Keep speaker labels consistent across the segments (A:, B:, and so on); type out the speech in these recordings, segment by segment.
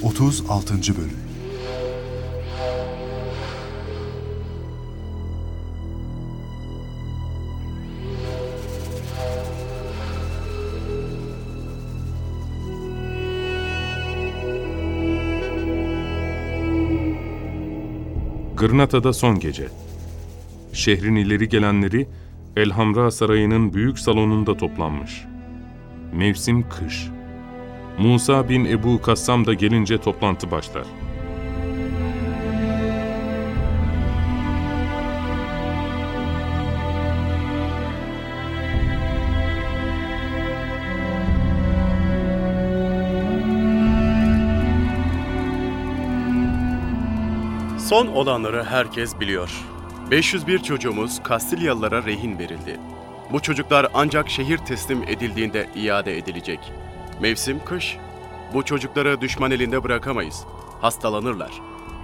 A: 36. Bölüm
B: Gırnata'da son gece. Şehrin ileri gelenleri Elhamra Sarayı'nın büyük salonunda toplanmış. Mevsim kış. Musa bin Ebu Kassam da gelince toplantı başlar.
C: Son olanları herkes biliyor. 501 çocuğumuz Kastilyalılara rehin verildi. Bu çocuklar ancak şehir teslim edildiğinde iade edilecek. Mevsim kış. Bu çocukları düşman elinde bırakamayız. Hastalanırlar.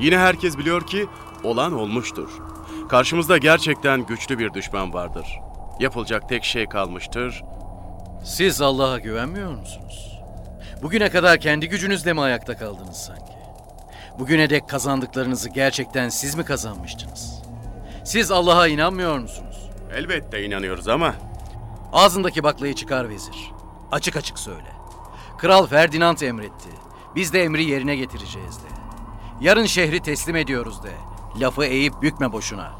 C: Yine herkes biliyor ki olan olmuştur. Karşımızda gerçekten güçlü bir düşman vardır. Yapılacak tek şey kalmıştır.
D: Siz Allah'a güvenmiyor musunuz? Bugüne kadar kendi gücünüzle mi ayakta kaldınız sanki? Bugüne dek kazandıklarınızı gerçekten siz mi kazanmıştınız? Siz Allah'a inanmıyor musunuz?
C: Elbette inanıyoruz ama
D: Ağzındaki baklayı çıkar vezir. Açık açık söyle. Kral Ferdinand emretti. Biz de emri yerine getireceğiz de. Yarın şehri teslim ediyoruz de. Lafı eğip bükme boşuna.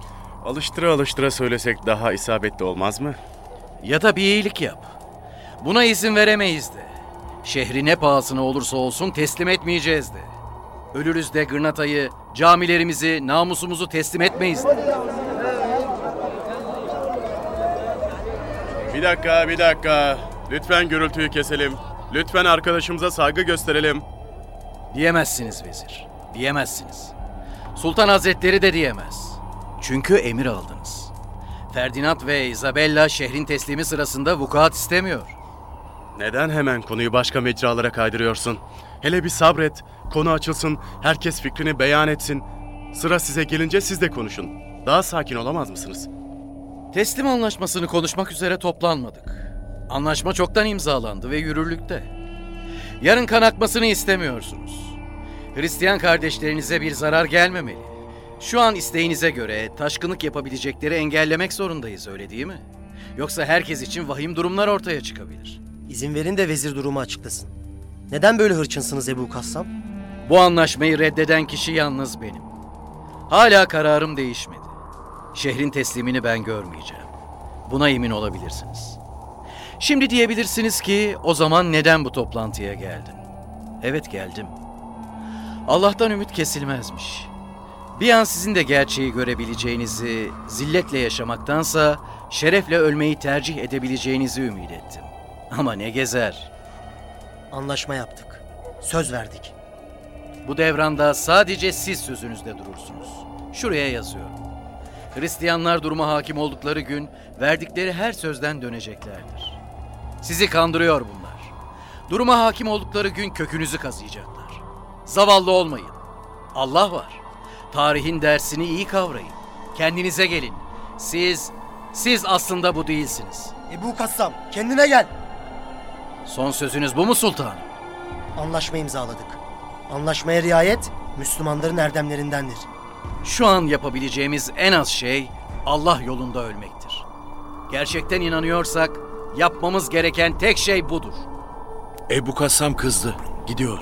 C: alıştıra alıştıra söylesek daha isabetli olmaz mı?
D: Ya da bir iyilik yap. Buna izin veremeyiz de. Şehri ne pahasına olursa olsun teslim etmeyeceğiz de. Ölürüz de Gırnata'yı, camilerimizi, namusumuzu teslim etmeyiz de.
C: Bir dakika, bir dakika. Lütfen gürültüyü keselim. Lütfen arkadaşımıza saygı gösterelim.
D: Diyemezsiniz vezir, diyemezsiniz. Sultan Hazretleri de diyemez. Çünkü emir aldınız. Ferdinand ve Isabella şehrin teslimi sırasında vukuat istemiyor.
C: Neden hemen konuyu başka mecralara kaydırıyorsun? Hele bir sabret, konu açılsın, herkes fikrini beyan etsin. Sıra size gelince siz de konuşun. Daha sakin olamaz mısınız?
D: Teslim anlaşmasını konuşmak üzere toplanmadık. Anlaşma çoktan imzalandı ve yürürlükte. Yarın kan akmasını istemiyorsunuz. Hristiyan kardeşlerinize bir zarar gelmemeli. Şu an isteğinize göre taşkınlık yapabilecekleri engellemek zorundayız öyle değil mi? Yoksa herkes için vahim durumlar ortaya çıkabilir.
E: İzin verin de vezir durumu açıklasın. Neden böyle hırçınsınız Ebu Kassam?
D: Bu anlaşmayı reddeden kişi yalnız benim. Hala kararım değişmedi. Şehrin teslimini ben görmeyeceğim. Buna emin olabilirsiniz. Şimdi diyebilirsiniz ki o zaman neden bu toplantıya geldin? Evet geldim. Allah'tan ümit kesilmezmiş. Bir an sizin de gerçeği görebileceğinizi, zilletle yaşamaktansa şerefle ölmeyi tercih edebileceğinizi ümit ettim. Ama ne gezer.
E: Anlaşma yaptık. Söz verdik.
D: Bu devranda sadece siz sözünüzde durursunuz. Şuraya yazıyorum. Hristiyanlar duruma hakim oldukları gün verdikleri her sözden döneceklerdir. Sizi kandırıyor bunlar. Duruma hakim oldukları gün kökünüzü kazıyacaklar. Zavallı olmayın. Allah var. Tarihin dersini iyi kavrayın. Kendinize gelin. Siz, siz aslında bu değilsiniz.
E: Ebu Kassam kendine gel.
D: Son sözünüz bu mu sultanım?
E: Anlaşma imzaladık. Anlaşmaya riayet Müslümanların erdemlerindendir.
D: Şu an yapabileceğimiz en az şey Allah yolunda ölmektir. Gerçekten inanıyorsak yapmamız gereken tek şey budur.
F: Ebu Kassam kızdı. Gidiyor.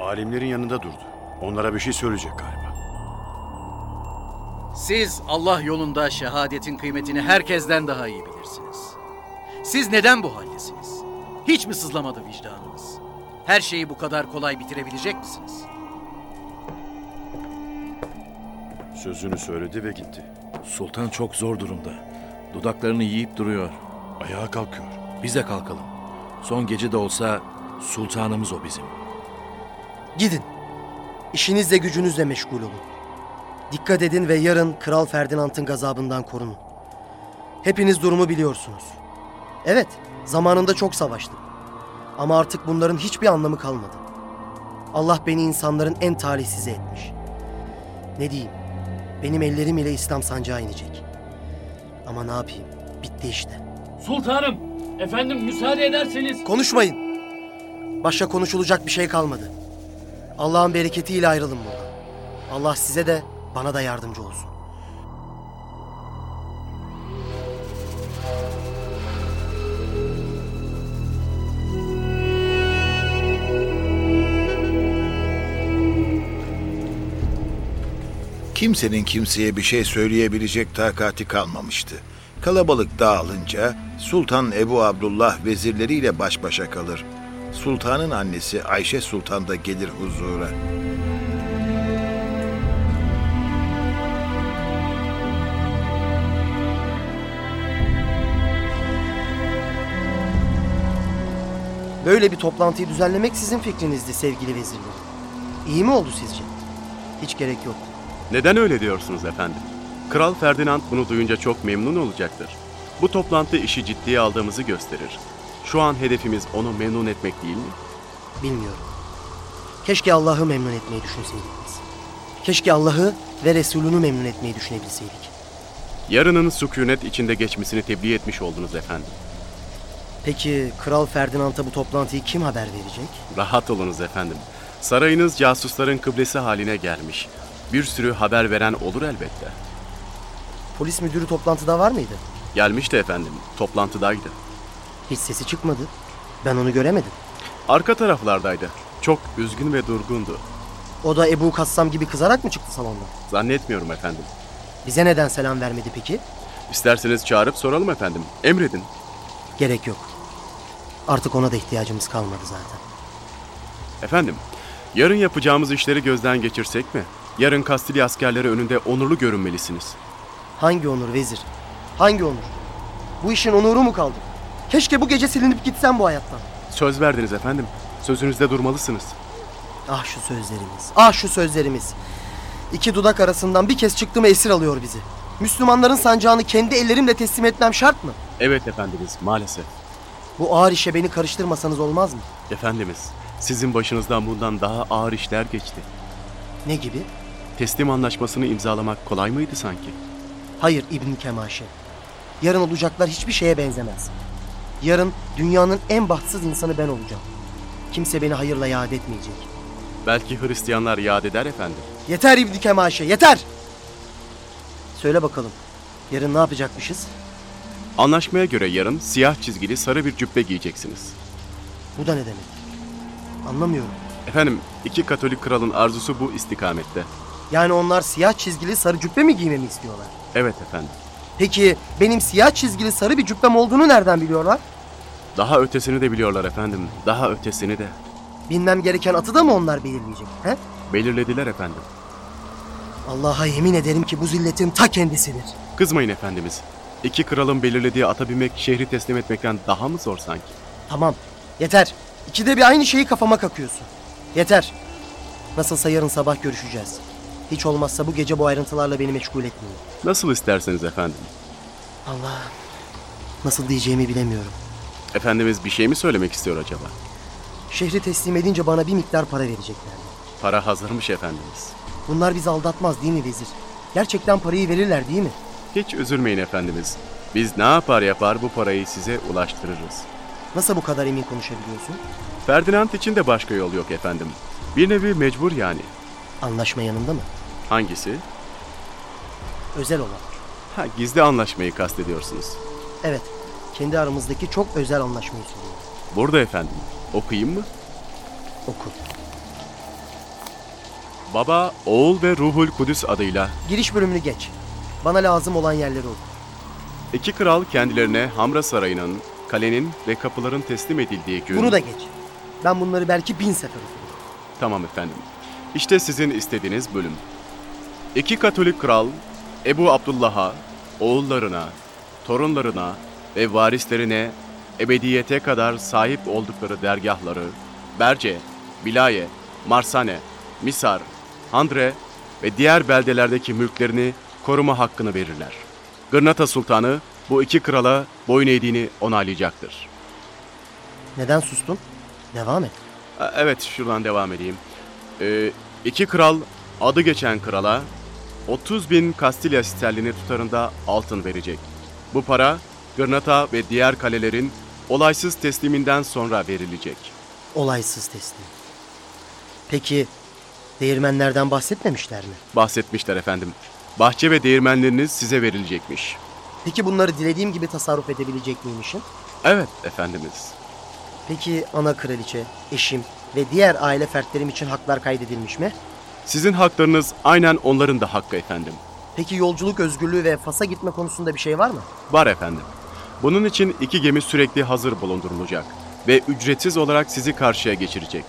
G: Alimlerin yanında durdu. Onlara bir şey söyleyecek galiba.
D: Siz Allah yolunda şehadetin kıymetini herkesten daha iyi bilirsiniz. Siz neden bu haldesiniz? Hiç mi sızlamadı vicdanınız? Her şeyi bu kadar kolay bitirebilecek misiniz?
G: Sözünü söyledi ve gitti.
F: Sultan çok zor durumda. Dudaklarını yiyip duruyor.
G: Ayağa kalkıyor.
F: Biz de kalkalım. Son gece de olsa sultanımız o bizim.
E: Gidin. İşinizle gücünüzle meşgul olun. Dikkat edin ve yarın Kral Ferdinand'ın gazabından korunun. Hepiniz durumu biliyorsunuz. Evet, zamanında çok savaştım. Ama artık bunların hiçbir anlamı kalmadı. Allah beni insanların en talihsizi etmiş. Ne diyeyim? Benim ellerim ile İslam sancağı inecek. Ama ne yapayım? Bitti işte.
H: Sultanım, efendim müsaade ederseniz
E: Konuşmayın. Başka konuşulacak bir şey kalmadı. Allah'ın bereketiyle ayrılın buradan. Allah size de bana da yardımcı olsun.
A: Kimsenin kimseye bir şey söyleyebilecek takati kalmamıştı. Kalabalık dağılınca Sultan Ebu Abdullah vezirleriyle baş başa kalır. Sultanın annesi Ayşe Sultan da gelir huzura.
E: Böyle bir toplantıyı düzenlemek sizin fikrinizdi sevgili vezirlerim. İyi mi oldu sizce? Hiç gerek yok.
C: Neden öyle diyorsunuz efendim? Kral Ferdinand bunu duyunca çok memnun olacaktır. Bu toplantı işi ciddiye aldığımızı gösterir. Şu an hedefimiz onu memnun etmek değil mi?
E: Bilmiyorum. Keşke Allah'ı memnun etmeyi düşünseydik biz. Keşke Allah'ı ve Resulünü memnun etmeyi düşünebilseydik.
C: Yarının sükunet içinde geçmesini tebliğ etmiş oldunuz efendim.
E: Peki Kral Ferdinand'a bu toplantıyı kim haber verecek?
C: Rahat olunuz efendim. Sarayınız casusların kıblesi haline gelmiş. Bir sürü haber veren olur elbette.
E: Polis müdürü toplantıda var mıydı?
C: Gelmişti efendim, toplantıdaydı.
E: Hiç sesi çıkmadı. Ben onu göremedim.
C: Arka taraflardaydı. Çok üzgün ve durgundu.
E: O da Ebu Kassam gibi kızarak mı çıktı salondan?
C: Zannetmiyorum efendim.
E: Bize neden selam vermedi peki?
C: İsterseniz çağırıp soralım efendim. Emredin.
E: Gerek yok. Artık ona da ihtiyacımız kalmadı zaten.
C: Efendim, yarın yapacağımız işleri gözden geçirsek mi? Yarın Kastilya askerleri önünde onurlu görünmelisiniz.
E: Hangi onur vezir? Hangi onur? Bu işin onuru mu kaldı? Keşke bu gece silinip gitsen bu hayattan.
C: Söz verdiniz efendim. Sözünüzde durmalısınız.
E: Ah şu sözlerimiz. Ah şu sözlerimiz. İki dudak arasından bir kez çıktı mı esir alıyor bizi. Müslümanların sancağını kendi ellerimle teslim etmem şart mı?
C: Evet efendimiz, maalesef.
E: Bu ağır işe beni karıştırmasanız olmaz mı?
C: Efendimiz, sizin başınızdan bundan daha ağır işler geçti.
E: Ne gibi?
C: Teslim anlaşmasını imzalamak kolay mıydı sanki?
E: Hayır İbn Kemaşe. Yarın olacaklar hiçbir şeye benzemez. Yarın dünyanın en bahtsız insanı ben olacağım. Kimse beni hayırla yad etmeyecek.
C: Belki Hristiyanlar yad eder efendim.
E: Yeter İbn Kemaşe, yeter! Söyle bakalım, yarın ne yapacakmışız?
C: Anlaşmaya göre yarın siyah çizgili sarı bir cübbe giyeceksiniz.
E: Bu da ne demek? Anlamıyorum.
C: Efendim, iki Katolik kralın arzusu bu istikamette.
E: Yani onlar siyah çizgili sarı cübbe mi giymemi istiyorlar?
C: Evet efendim.
E: Peki benim siyah çizgili sarı bir cübbem olduğunu nereden biliyorlar?
C: Daha ötesini de biliyorlar efendim. Daha ötesini de.
E: Bilmem gereken atı da mı onlar belirleyecek? He?
C: Belirlediler efendim.
E: Allah'a yemin ederim ki bu zilletin ta kendisidir.
C: Kızmayın efendimiz. İki kralın belirlediği ata binmek şehri teslim etmekten daha mı zor sanki?
E: Tamam. Yeter. İkide bir aynı şeyi kafama kakıyorsun. Yeter. Nasılsa yarın sabah görüşeceğiz. Hiç olmazsa bu gece bu ayrıntılarla beni meşgul etmeyin.
C: Nasıl isterseniz efendim.
E: Allah. Nasıl diyeceğimi bilemiyorum.
C: Efendimiz bir şey mi söylemek istiyor acaba?
E: Şehri teslim edince bana bir miktar para verecekler.
C: Para hazırmış efendimiz.
E: Bunlar bizi aldatmaz değil mi vezir? Gerçekten parayı verirler değil mi?
C: Hiç üzülmeyin efendimiz. Biz ne yapar yapar bu parayı size ulaştırırız.
E: Nasıl bu kadar emin konuşabiliyorsun?
C: Ferdinand için de başka yol yok efendim. Bir nevi mecbur yani.
E: Anlaşma yanında mı?
C: Hangisi?
E: Özel olan.
C: Ha gizli anlaşmayı kastediyorsunuz.
E: Evet. Kendi aramızdaki çok özel anlaşmayı soruyorum.
C: Burada efendim. Okuyayım mı?
E: Oku.
C: Baba, oğul ve ruhul kudüs adıyla
E: Giriş bölümünü geç. Bana lazım olan yerleri oku.
C: İki kral kendilerine Hamra Sarayı'nın, kalenin ve kapıların teslim edildiği gün...
E: Bunu da geç. Ben bunları belki bin sefer okudum.
C: Tamam efendim. İşte sizin istediğiniz bölüm. İki Katolik kral Ebu Abdullah'a, oğullarına, torunlarına ve varislerine ebediyete kadar sahip oldukları dergahları Berce, Bilaye, Marsane, Misar, Handre ve diğer beldelerdeki mülklerini koruma hakkını verirler. Gırnata Sultanı bu iki krala boyun eğdiğini onaylayacaktır.
E: Neden sustun? Devam et.
C: A- Evet şuradan devam edeyim. Ee, iki kral adı geçen krala 30 bin Kastilya sterlini tutarında altın verecek. Bu para Granada ve diğer kalelerin olaysız tesliminden sonra verilecek.
E: Olaysız teslim. Peki değirmenlerden bahsetmemişler mi?
C: Bahsetmişler efendim. Bahçe ve değirmenleriniz size verilecekmiş.
E: Peki bunları dilediğim gibi tasarruf edebilecek miymişim?
C: Evet efendimiz.
E: Peki ana kraliçe, eşim ve diğer aile fertlerim için haklar kaydedilmiş mi?
C: Sizin haklarınız aynen onların da hakkı efendim.
E: Peki yolculuk özgürlüğü ve Fas'a gitme konusunda bir şey var mı?
C: Var efendim. Bunun için iki gemi sürekli hazır bulundurulacak ve ücretsiz olarak sizi karşıya geçirecek.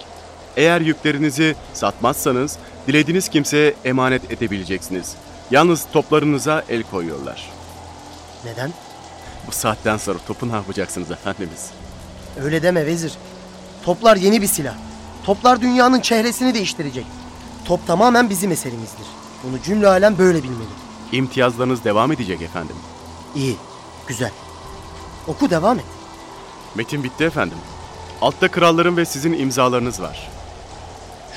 C: Eğer yüklerinizi satmazsanız dilediğiniz kimseye emanet edebileceksiniz. Yalnız toplarınıza el koyuyorlar.
E: Neden?
C: Bu saatten sonra topu ne yapacaksınız efendimiz?
E: Öyle deme vezir. Toplar yeni bir silah. Toplar dünyanın çehresini değiştirecek. Top tamamen bizim eserimizdir. Bunu cümle alem böyle bilmeli.
C: İmtiyazlarınız devam edecek efendim.
E: İyi, güzel. Oku devam et.
C: Metin bitti efendim. Altta kralların ve sizin imzalarınız var.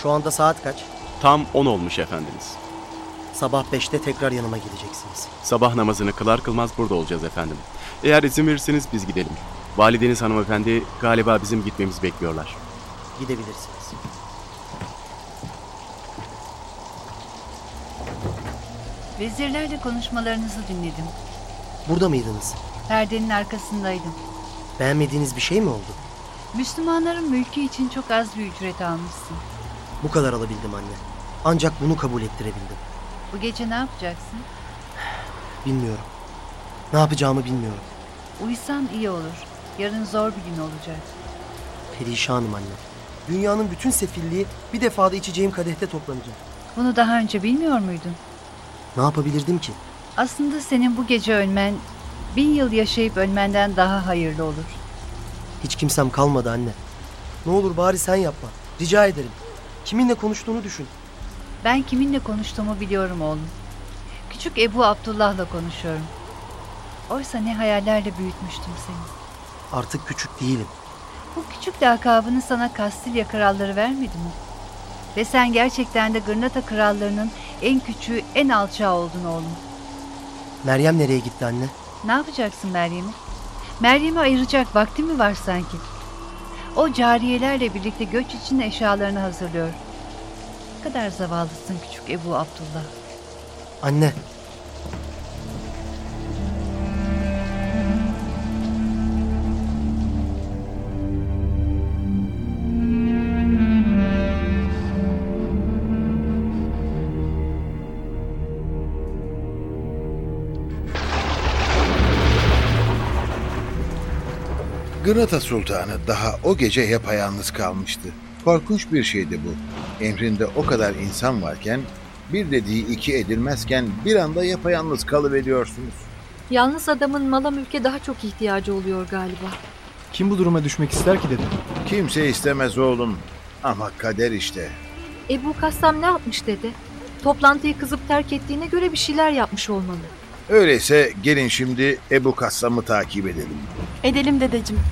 E: Şu anda saat kaç?
C: Tam 10 olmuş efendimiz.
E: Sabah 5'te tekrar yanıma geleceksiniz.
C: Sabah namazını kılar kılmaz burada olacağız efendim. Eğer izin verirseniz biz gidelim. Valideniz hanımefendi galiba bizim gitmemizi bekliyorlar.
E: Gidebilirsiniz.
H: Vezirlerle konuşmalarınızı dinledim.
E: Burada mıydınız?
H: Perdenin arkasındaydım.
E: Beğenmediğiniz bir şey mi oldu?
H: Müslümanların mülkü için çok az bir ücret almışsın.
E: Bu kadar alabildim anne. Ancak bunu kabul ettirebildim.
H: Bu gece ne yapacaksın?
E: Bilmiyorum. Ne yapacağımı bilmiyorum.
H: Uyusan iyi olur. Yarın zor bir gün olacak.
E: Perişanım anne. Dünyanın bütün sefilliği bir defada içeceğim kadehte toplanacak.
H: Bunu daha önce bilmiyor muydun?
E: Ne yapabilirdim ki?
H: Aslında senin bu gece ölmen, bin yıl yaşayıp ölmenden daha hayırlı olur.
E: Hiç kimsem kalmadı anne. Ne olur bari sen yapma. Rica ederim. Kiminle konuştuğunu düşün.
H: Ben kiminle konuştuğumu biliyorum oğlum. Küçük Ebu Abdullah'la konuşuyorum. Oysa ne hayallerle büyütmüştüm seni.
E: Artık küçük değilim.
H: Bu küçük lakabını sana Kastilya kralları vermedi mi? Ve sen gerçekten de Gırnata krallarının en küçüğü, en alçağı oldun oğlum.
E: Meryem nereye gitti anne?
H: Ne yapacaksın Meryem'i? Meryem'i ayıracak vakti mi var sanki? O cariyelerle birlikte göç için eşyalarını hazırlıyor. Ne kadar zavallısın küçük Ebu Abdullah.
E: Anne.
A: Granada Sultanı daha o gece yapayalnız kalmıştı. Korkunç bir şeydi bu. Emrinde o kadar insan varken, bir dediği iki edilmezken bir anda yapayalnız kalıveriyorsunuz.
I: Yalnız adamın mala mülke daha çok ihtiyacı oluyor galiba.
J: Kim bu duruma düşmek ister ki dedim.
A: Kimse istemez oğlum. Ama kader işte.
I: Ebu Kassam ne yapmış dedi. Toplantıyı kızıp terk ettiğine göre bir şeyler yapmış olmalı.
A: Öyleyse gelin şimdi Ebu Kassam'ı takip edelim.
I: Edelim dedeciğim.